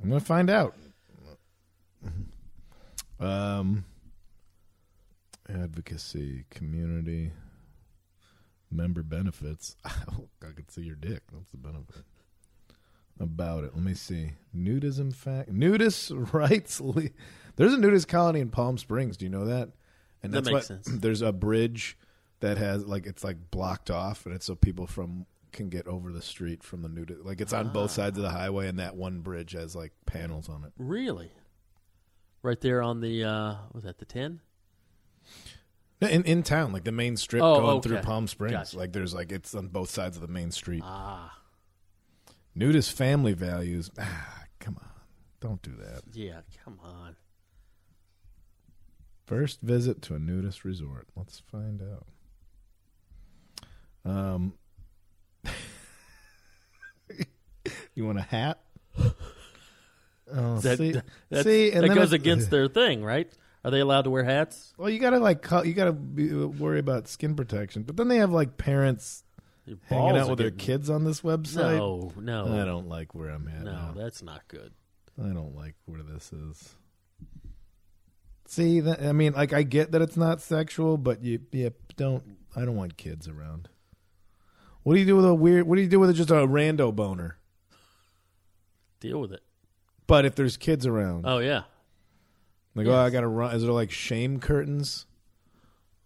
S3: I'm gonna find out. Um, advocacy, community, member benefits. <laughs> I can see your dick. That's the benefit. About it. Let me see. Nudism fact. Nudist rights. Le- There's a nudist colony in Palm Springs. Do you know that? And that's
S4: That makes
S3: what- <clears throat>
S4: sense.
S3: There's a bridge that has like it's like blocked off, and it's so people from can get over the street from the nudist. Like it's on
S4: Ah.
S3: both sides of the highway, and that one bridge has like panels on it.
S4: Really, right there on the uh, was that the ten?
S3: No, In in town, like the main strip
S4: Oh,
S3: going
S4: okay.
S3: through Palm Springs.
S4: Gotcha.
S3: Like there's like it's on both sides of the main street.
S4: Ah,
S3: Nudist family values. Ah, come on. Don't do that.
S4: yeah. Come on.
S3: First visit to a nudist resort. Let's find out. Um <laughs> You want a
S4: <laughs>
S3: hat? Oh,
S4: That,
S3: see,
S4: that's-
S3: see, and
S4: that
S3: then
S4: goes
S3: it-
S4: against their thing, right? Are they allowed to wear hats?
S3: Well, you gotta like co- you gotta be, worry about skin protection, but then they have like parents
S4: Your
S3: hanging
S4: balls
S3: out
S4: are
S3: with their
S4: getting-
S3: kids on this website.
S4: No, no,
S3: I don't like where I'm at.
S4: no.
S3: now.
S4: That's not good.
S3: I don't like where this is. See, that, I mean, like I get that it's not sexual, but you, yeah, don't. I don't want kids around. What do you do with a weird? What do you do with just a rando boner?
S4: Deal with it.
S3: But if there's kids around,
S4: Oh yeah.
S3: like oh, I gotta run. Is there like shame curtains?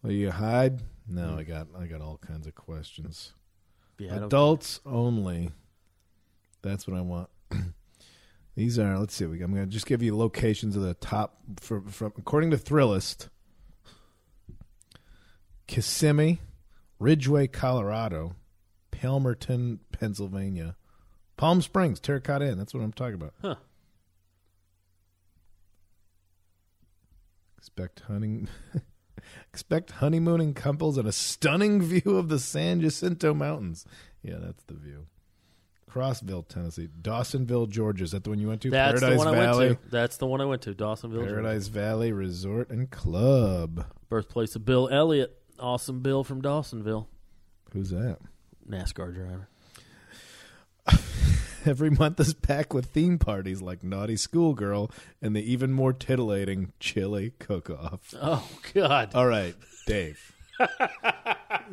S3: Will you hide? No, I got I got all kinds of questions.
S4: Mm. Yeah. I don't-
S3: Adults only. That's what I want. <clears throat> These are. Let's see. We, I'm going to just give you locations of the top from, from according to Thrillist. Kissimmee, Ridgeway, Colorado, Palmerton, Pennsylvania, Palm Springs, Terracotta Inn. That's what I'm talking about.
S4: Huh.
S3: Expect hunting. <laughs> expect honeymooning couples and a stunning view of the San Jacinto Mountains. Yeah, that's the view. Crossville, Tennessee, Dawsonville, Georgia. Is that the one you went to?
S4: That's
S3: Paradise
S4: the one
S3: Valley.
S4: I went to. That's the one I went to. Dawsonville, Georgia.
S3: Paradise Valley Resort and Club.
S4: birthplace of Bill Elliott. Awesome Bill from Dawsonville,
S3: Who's that?
S4: NASCAR driver.
S3: <laughs> Every month is packed with theme parties like Naughty Schoolgirl and the even more titillating Chili Cook Off.
S4: Oh God.
S3: All right, Dave.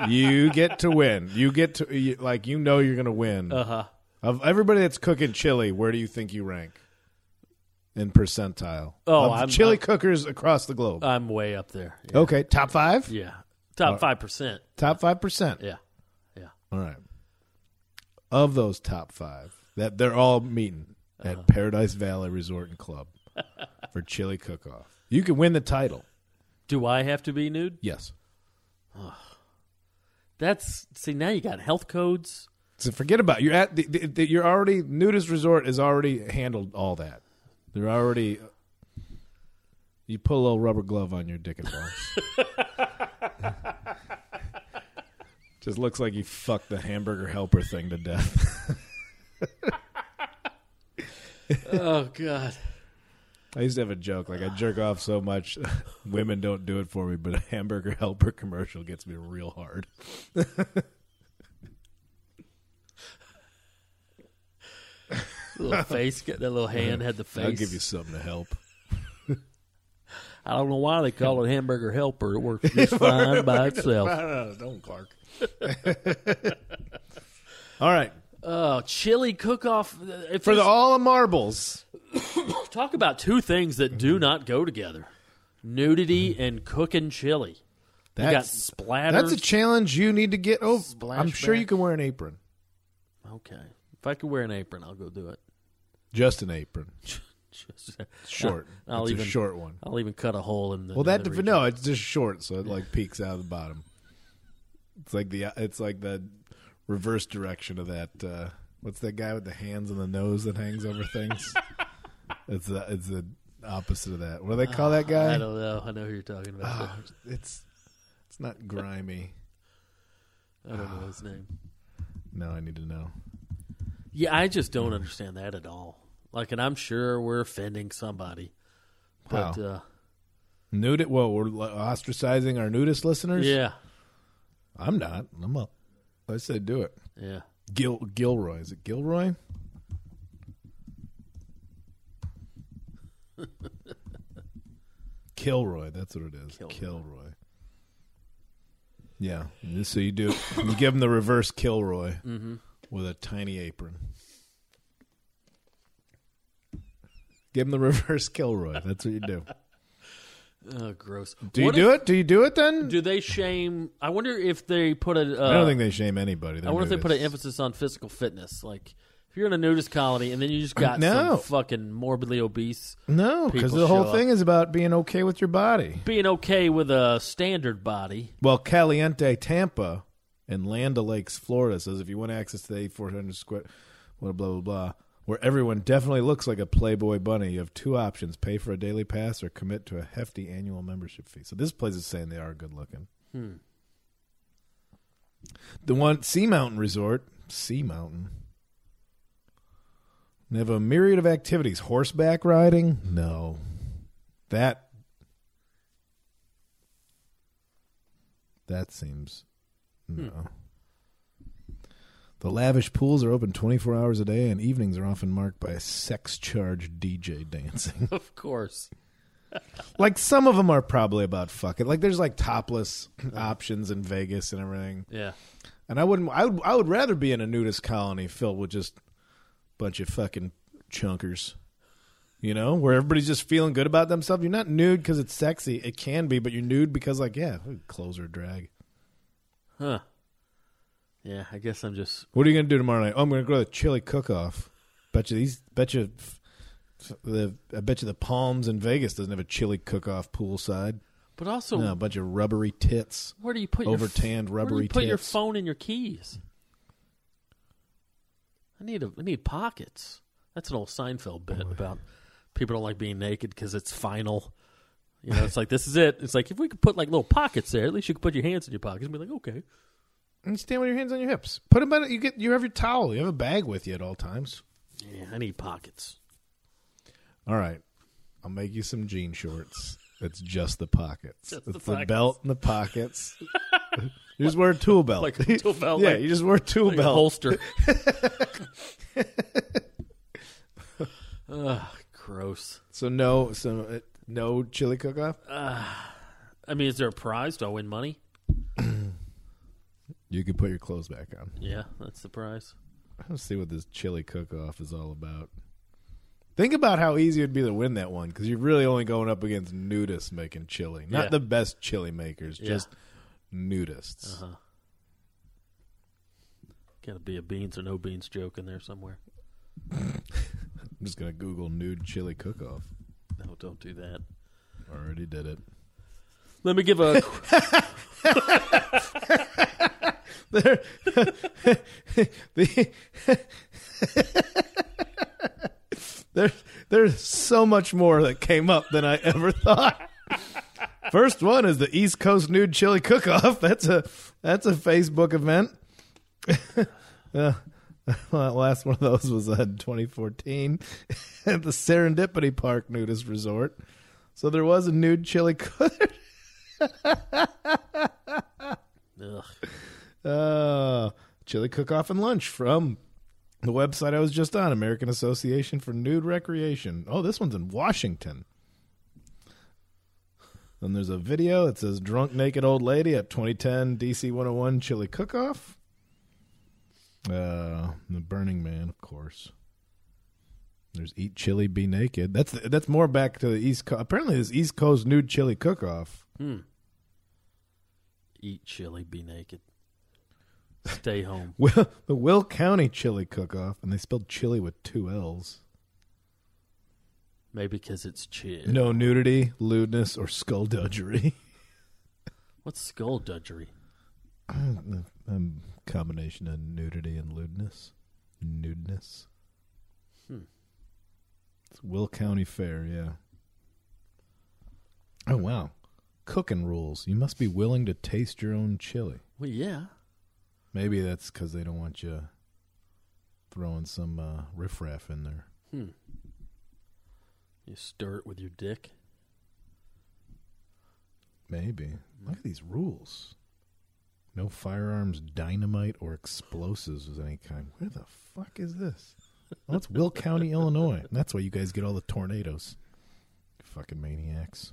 S3: you get to win. You get to you, like you know you're going to win. Uh-huh. Of everybody that's cooking chili, where do you think you rank in percentile?
S4: Oh,
S3: Of
S4: I'm-
S3: chili
S4: I'm-
S3: cookers across the globe.
S4: I'm way up there. Yeah.
S3: okay, top 5?
S4: Yeah.
S3: Uh,
S4: Top five percent.
S3: Top 5%.
S4: Yeah.
S3: All right. Of those top 5, that they're all meeting at Paradise Valley Resort and Club for chili cook-off. You can win the title.
S4: Do I have to be nude?
S3: Yes.
S4: That's see now you got health
S3: <laughs>
S4: codes.
S3: So forget about it. you're at the, the, the, you're already nudist resort has already handled all that. They're already you put a little rubber glove on your dick and balls. Just looks like you fucked the hamburger helper thing to death.
S4: Oh God.
S3: I used to have a joke like I jerk off so much, <laughs> women don't do it for me, <laughs> but a hamburger helper commercial gets me real hard.
S4: little face, got that little hand had the face.
S3: I'll give you something to help.
S4: <laughs> I don't know why they call it hamburger helper. It
S3: <laughs>
S4: works just fine by itself.
S3: don't, Clark. <laughs> All right.
S4: Oh, chili cook off.
S3: For the All of Marbles.
S4: talk about two things that do not go together: nudity and cooking chili. You got
S3: Mm-hmm. That's,
S4: splatter.
S3: that's a challenge you need to get over. I'm sure you
S4: Splashback.
S3: can wear an apron.
S4: okay. If I could wear an apron, I'll go do it. <laughs>
S3: Just an apron.
S4: Just-
S3: Short.
S4: I'll, I'll
S3: it's
S4: even
S3: a short one.
S4: I'll even cut a hole in the.
S3: Well,
S4: in
S3: that
S4: the
S3: def- no, it's just short, so it like peaks out of the bottom. It's like the it's like the reverse direction of that. Uh, what's that guy with the hands and the nose that hangs over
S4: <laughs>
S3: things? it's the it's the opposite of that. What do they call that
S4: region. Uh, I
S3: guy?
S4: don't know. I know who you're talking about.
S3: Ah.
S4: but
S3: It's it's not grimy.
S4: I don't know his name.
S3: No, I need to know.
S4: Yeah, I just don't understand that at all. Like, and I'm sure we're offending somebody, but
S3: Wow.
S4: uh,
S3: Nudit. Well, we're li- ostracizing our nudist listeners.
S4: yeah,
S3: I'm not. I'm up. I said do it.
S4: yeah.
S3: Gil Gilroy. Is it
S4: <laughs>
S3: Gilroy? Kilroy. That's what it is. Kilroy.
S4: Kilroy.
S3: Yeah. and this- So you do. You give him the reverse Kilroy
S4: Mm-hmm.
S3: with a tiny apron. Give him the <laughs> reverse Kilroy. That's what you
S4: <laughs>
S3: do.
S4: Oh, gross.
S3: Do you do it? Do you do it then?
S4: Do they shame? I wonder if they put a. Uh,
S3: I don't think they shame anybody. They're
S4: I wonder if they put an
S3: nudists.
S4: emphasis on physical fitness. Like, if you're in a nudist colony and then you just got
S3: No. Mm.
S4: some fucking morbidly obese,
S3: No, because
S4: People
S3: the whole
S4: show
S3: thing is about being okay with your body.
S4: being okay with a standard body. <laughs>
S3: Well, Caliente Tampa and Land O'Lakes, Florida says if you want access to the 8400 square, blah, blah, blah, blah, where everyone definitely looks like a Playboy bunny, you have two options pay for a daily pass or commit to a hefty annual membership fee. So this place is saying they are good looking. The one, Sea Mountain Resort, Sea Mountain. They have a myriad of activities. Horseback riding? No. That That seems no. The lavish pools are open 24 hours a day, and evenings are often marked by sex-charged DJ dancing. <laughs>
S4: Of course.
S3: like some of them are probably about fucking. Like there's like topless <clears throat> options in Vegas and everything.
S4: Yeah.
S3: And I wouldn't. I would. I would rather be in a nudist colony filled with just bunch of fucking chunkers. You know, where everybody's just feeling good about themselves. You're not nude because it's sexy. It can be, but you're nude because, like, yeah, clothes are a drag.
S4: Huh. Yeah, I guess I'm just.
S3: What are you going to do tomorrow night? Oh, I'm going to go to the chili cook-off. Bet you these. Bet you f- f- the. I bet you the Palms in Vegas doesn't have a chili cook-off poolside.
S4: But also,
S3: No, a bunch of rubbery tits.
S4: where do you put your
S3: overtanned
S4: where do
S3: rubbery
S4: you put your
S3: tits?
S4: phone and your keys? I need a. I need pockets. That's an old Seinfeld bit about people don't like being naked because it's final. You know, it's like this is it. It's like if we could put like little pockets there, at least you could put your hands in your pockets and be like, okay,
S3: And stand with your hands on your hips. Put them. By, you get. You have your towel. You have a bag with you at all times.
S4: yeah, I need pockets.
S3: All right. I'll make you some jean shorts. It's just the pockets.
S4: Just the
S3: it's the,
S4: pockets.
S3: belt and the pockets. you just wear a tool belt.
S4: Like a
S3: <laughs>
S4: tool belt,
S3: yeah,
S4: like-
S3: you just wear a tool
S4: Like a
S3: belt. <laughs>
S4: holster. Ugh, gross.
S3: so no, so uh, no chili cook-off.
S4: I mean, is there a prize? Do I win money?
S3: You can put your clothes back on.
S4: Yeah, that's the prize.
S3: Let's see what this chili cook-off is all about. Think about how easy it'd be to win that one because you're really only going up against nudists making chili, not
S4: Yeah.
S3: the best chili makers,
S4: Yeah. Uh-huh.
S3: just nudists.
S4: Got to be a beans or no beans joke in there somewhere.
S3: I'm just gonna Google nude chili cook-off.
S4: No, don't do that.
S3: Already did it.
S4: Let me give <laughs> a.
S3: The- there's there's so much more that came up than I ever thought. First one is the East Coast Nude Chili Cook Off. <laughs> That's a that's a Facebook event. <laughs> Uh, well, last one of those was uh, in 2014 <laughs> at the Serendipity Park Nudist Resort. So there was a nude chili cook.
S4: Ugh.
S3: <laughs> Uh, chili cook off and lunch from The website I was just on, American Association for Nude Recreation. Oh, this one's in Washington. Then there's a video that says Drunk Naked Old Lady at 2010 DC 101 Chili Cook Off. Uh, the Burning Man, of course. There's Eat Chili, Be Naked. That's that's more back to the East Coast. Apparently, this East Coast Nude Chili Cook Off.
S4: Eat chili, be naked. Stay home.
S3: <laughs> Will, the Will County Chili Cook Off, and they spelled chili with two L's.
S4: Maybe because it's chill.
S3: No nudity, lewdness, or skullduggery. <laughs>
S4: What's skullduggery?
S3: Um, combination of nudity and lewdness. Nudeness. It's Will County Fair, yeah. Oh, wow. Cooking rules. You must be willing to taste your own chili.
S4: Well, yeah.
S3: Maybe that's because they don't want you throwing some uh, riffraff in there.
S4: You stir it with your dick.
S3: Maybe. Look at these rules. No firearms, dynamite, or explosives of any kind. Where the fuck is this? Well, it's Will County, Illinois. And that's why you guys get all the tornadoes. You fucking maniacs.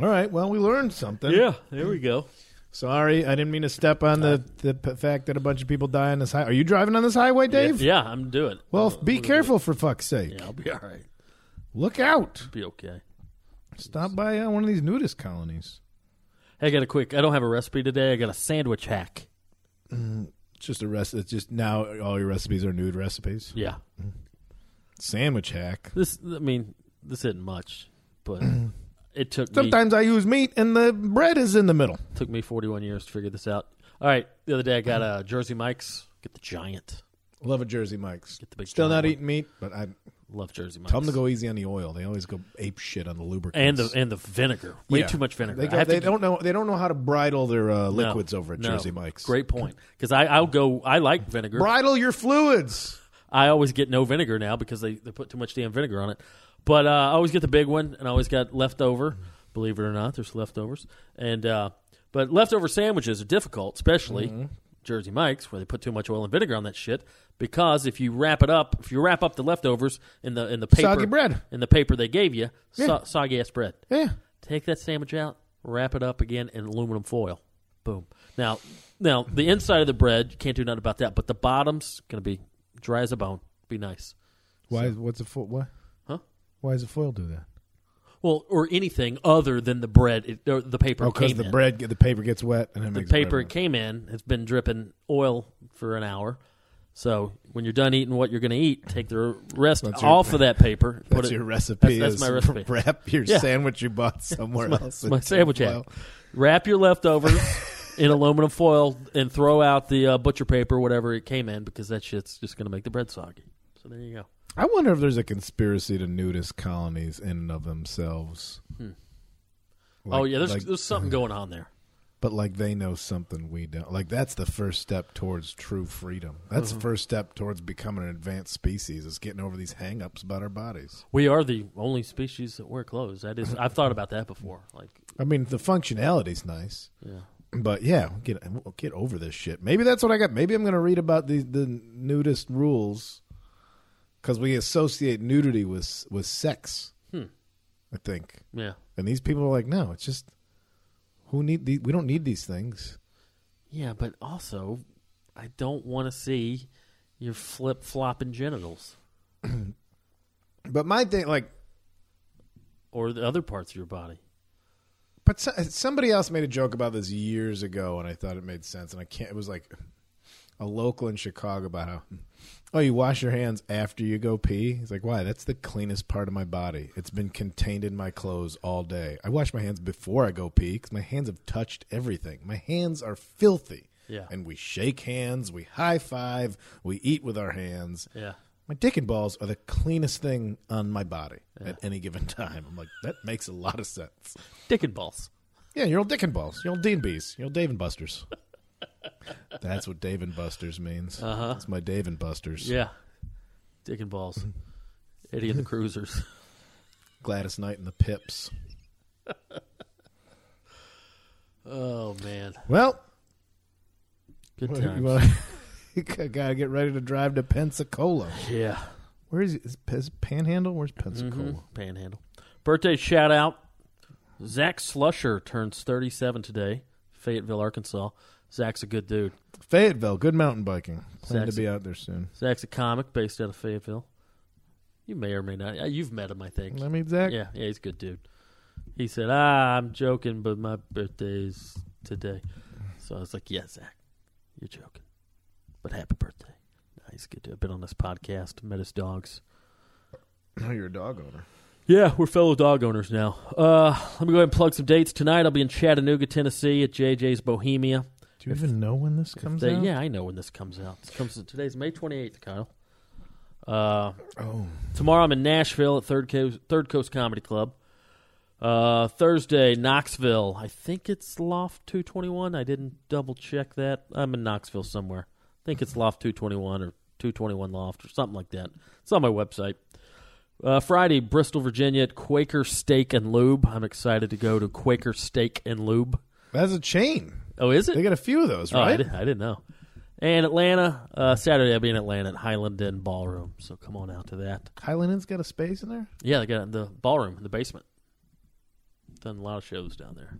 S3: All right. Well, we learned something.
S4: there we go.
S3: Sorry, I didn't mean to step on the, the p- fact that a bunch of people die on this highway. Are you driving on this highway, Dave?
S4: Yeah, I'm doing it.
S3: Well, be careful for fuck's sake.
S4: Yeah, I'll be all right.
S3: Look out.
S4: Be okay.
S3: Stop by uh, one of these nudist colonies.
S4: Hey, I got a quick. I don't have a recipe today. I got a sandwich hack.
S3: It's just a recipe. It's just now all your recipes are nude recipes.
S4: Yeah,
S3: Sandwich hack.
S4: this. I mean, this isn't much, <clears throat> but it took
S3: Sometimes I use meat and the bread is in the middle.
S4: me took me 41 years to figure this out. All right, the other day I got a Jersey Mike's. Get the giant.
S3: Love a Jersey Mike's.
S4: the big
S3: Still
S4: giant
S3: not
S4: one.
S3: eating meat, but I
S4: Love Jersey Mike's.
S3: tell them to go easy on the oil. They always go ape shit on the
S4: and
S3: lubricants
S4: the and the vinegar. Way
S3: Yeah.
S4: too much vinegar.
S3: They,
S4: I
S3: go-
S4: have
S3: they
S4: to
S3: don't know. They don't know how to bridle their uh,
S4: No,
S3: liquids over at
S4: no.
S3: Jersey Mike's.
S4: Great point. Because I I'll go. I like vinegar.
S3: Bridle your fluids.
S4: I always get no vinegar now because they, they put too much damn vinegar on it. But uh, I always get the big one, and I always got leftover. Believe it or not, there's leftovers. And uh, but leftover sandwiches are difficult, especially
S3: Mm-hmm.
S4: Jersey Mike's, where they put too much oil and vinegar on that shit. Because if you wrap it up, if you wrap up the leftovers in the in the paper,
S3: Soggy bread.
S4: in the paper they gave you, so, soggy ass bread.
S3: Yeah.
S4: Take that sandwich out, wrap it up again in aluminum foil. Boom. Now, now the inside of the bread you can't do nothing about that, but the bottom's gonna be dry as a bone. Be nice.
S3: Why? What's a foil? Why?
S4: Huh?
S3: Why does a foil do that?
S4: Well, or anything other than the bread, it, or the paper.
S3: Oh, because
S4: came
S3: the
S4: in.
S3: bread, the paper gets wet, and it
S4: the
S3: makes
S4: paper
S3: bread.
S4: came in has been dripping oil for an hour. So when you're done eating what you're going to eat, take the rest
S3: That's your-
S4: off of that paper.
S3: <laughs>
S4: put
S3: That's
S4: it-
S3: your recipe.
S4: That's,
S3: <laughs>
S4: that's my
S3: is
S4: recipe.
S3: Wrap your
S4: Yeah.
S3: sandwich you
S4: <laughs>
S3: bought somewhere else.
S4: my
S3: in
S4: sandwich
S3: tin foil.
S4: hat. Wrap
S3: <laughs>
S4: your leftovers in aluminum foil and throw out the uh, butcher paper, whatever it came in, because that shit's just going to make the bread soggy. So there you go.
S3: I wonder if there's a conspiracy to nudist colonies in and of themselves.
S4: Hmm. oh yeah, there's
S3: like- uh-huh.
S4: there's something going on there.
S3: But like they know something we don't. Like that's the first step towards true freedom. That's
S4: Mm-hmm.
S3: the first step towards becoming an advanced species. Is getting over these hang-ups about our bodies.
S4: We are the only species that wear clothes. That is, I've thought about that before. Like,
S3: I mean, the functionality's nice. Yeah. But yeah, get get over this shit. Maybe that's what I got. Maybe I'm going to read about the the nudist rules because we associate nudity with with sex. I think,
S4: yeah,
S3: and these people are like, no, it's just who need the, we don't need these things.
S4: yeah, but also, I don't want to see your flip flopping genitals
S3: But my thing, like,
S4: or the other parts of your body.
S3: But so, somebody else made a joke about this years ago, and I thought it made sense. And I can't. It was like a local in Chicago about how, oh, you wash your hands after you go pee. He's like, why? That's the cleanest part of my body. It's been contained in my clothes all day. I wash my hands before I go pee because my hands have touched everything. My hands are filthy.
S4: Yeah.
S3: And we shake hands. We high five. We eat with our hands.
S4: Yeah,
S3: My dick and balls are the cleanest thing on my body at any given <laughs> time. I'm like, that makes a lot of sense.
S4: dick and balls.
S3: Yeah, your old Dick and Balls, your old Dean Bees, your old Dave and Buster's. <laughs> That's what Dave and Buster's means. Uh-huh. It's my Dave and Buster's.
S4: Yeah, dick and
S3: <laughs>
S4: balls. Eddie and the Cruisers.
S3: Gladys Knight and the Pips.
S4: Oh man,
S3: Well,
S4: good
S3: you <laughs>
S4: times.
S3: want I uh, gotta get ready to drive to Pensacola.
S4: Yeah.
S3: Where is it? Is Pes- Panhandle? Where's Pensacola?
S4: Panhandle. Birthday shout out. Zach Slusher turns 37 today, Fayetteville, Arkansas. Zach's a good dude.
S3: Fayetteville. Good mountain biking. Plan
S4: Sexy.
S3: to be out there soon.
S4: Zach's a comic based out of Fayetteville. You may or may not. uh, You've met him, I think.
S3: I mean, Zach.
S4: Yeah, yeah, he's a good dude. He said, "Ah, I'm joking, but my birthday's today." So I was like, "Yeah, Zach, you're joking, but happy birthday." Nah, he's a good dude. I've been on this podcast, met his dogs.
S3: Oh, you're a dog owner.
S4: Yeah, we're fellow dog owners now. Uh, let me go ahead and plug some dates tonight. I'll be in Chattanooga, Tennessee, at JJ's Bohemia.
S3: Do you even know when this comes
S4: They-
S3: out?
S4: yeah, I know when this comes out. This comes today's May 28th, Kyle. Uh,
S3: Oh.
S4: Tomorrow I'm in Nashville at Third Coast, Third Coast Comedy Club. Uh, Thursday, Knoxville. I think it's Loft 221. I didn't double check that. I'm in Knoxville somewhere. I think it's Loft 221 or 221 Loft or something like that. It's on my website. Uh, Friday, Bristol, Virginia at Quaker Steak and Lube. I'm excited to go to Quaker Steak and Lube.
S3: That's a chain.
S4: Oh, is it?
S3: They got a few of those,
S4: Oh, I,
S3: right?
S4: didn't, I didn't know. And Atlanta, uh, Saturday I'll be in Atlanta at Highland Inn Ballroom. So come on out to that.
S3: Highland Inn's got a space in there?
S4: Yeah, they got the ballroom in the basement. Done a lot of shows down there.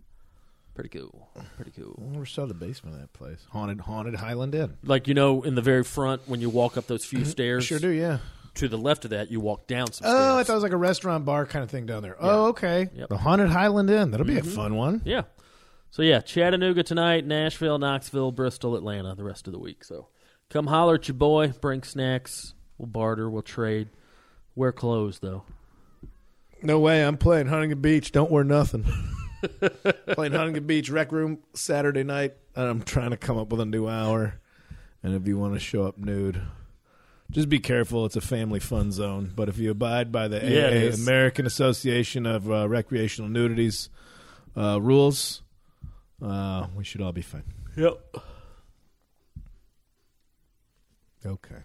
S4: Pretty cool. Pretty
S3: I
S4: cool.
S3: never saw the basement of that place. Haunted Haunted Highland Inn.
S4: Like you know, in the very front when you walk up those few stairs,
S3: Mm-hmm. Sure do, yeah.
S4: to the left of that you walk down some stairs.
S3: Oh, I thought it was like a restaurant bar kind of thing down there. Oh, okay.
S4: Yep.
S3: The Haunted Highland Inn. That'll be a fun one.
S4: Yeah. So yeah, Chattanooga tonight, Nashville, Knoxville, Bristol, Atlanta, the rest of the week. So come holler at your boy, bring snacks, we'll barter, we'll trade. Wear clothes though.
S3: No way. I'm playing Huntington Beach. Don't wear <laughs> nothing. playing Huntington Beach Rec Room Saturday night. And I'm trying to come up with a new hour. And if you want to show up nude, just be careful. It's a family fun zone. But if you abide by the
S4: Yeah, it
S3: AA,
S4: is.
S3: American Association of uh, Recreational Nudities uh, rules, uh, we should all be fine.
S4: Yep.
S3: Okay.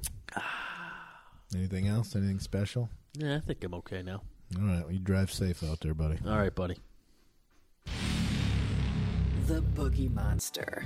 S3: <sighs> Anything else? Anything special?
S4: Yeah, I think I'm okay now.
S3: All right. Well, you drive safe out there, buddy.
S4: All right, buddy.
S2: The Boogie Monster.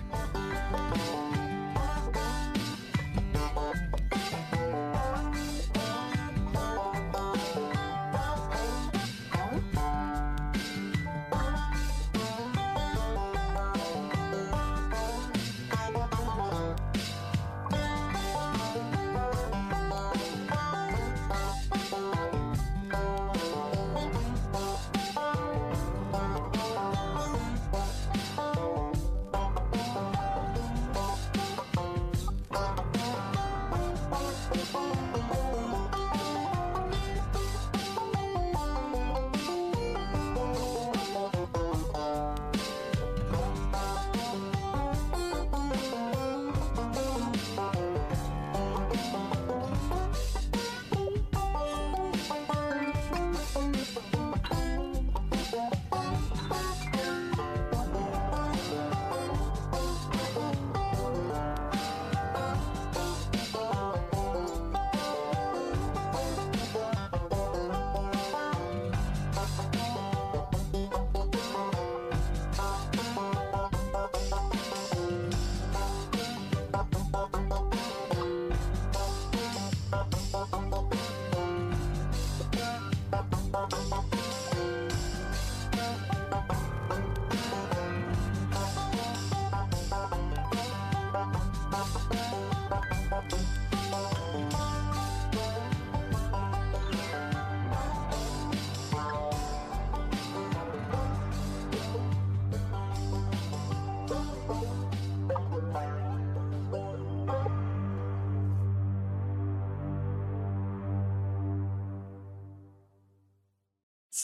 S6: <clears throat>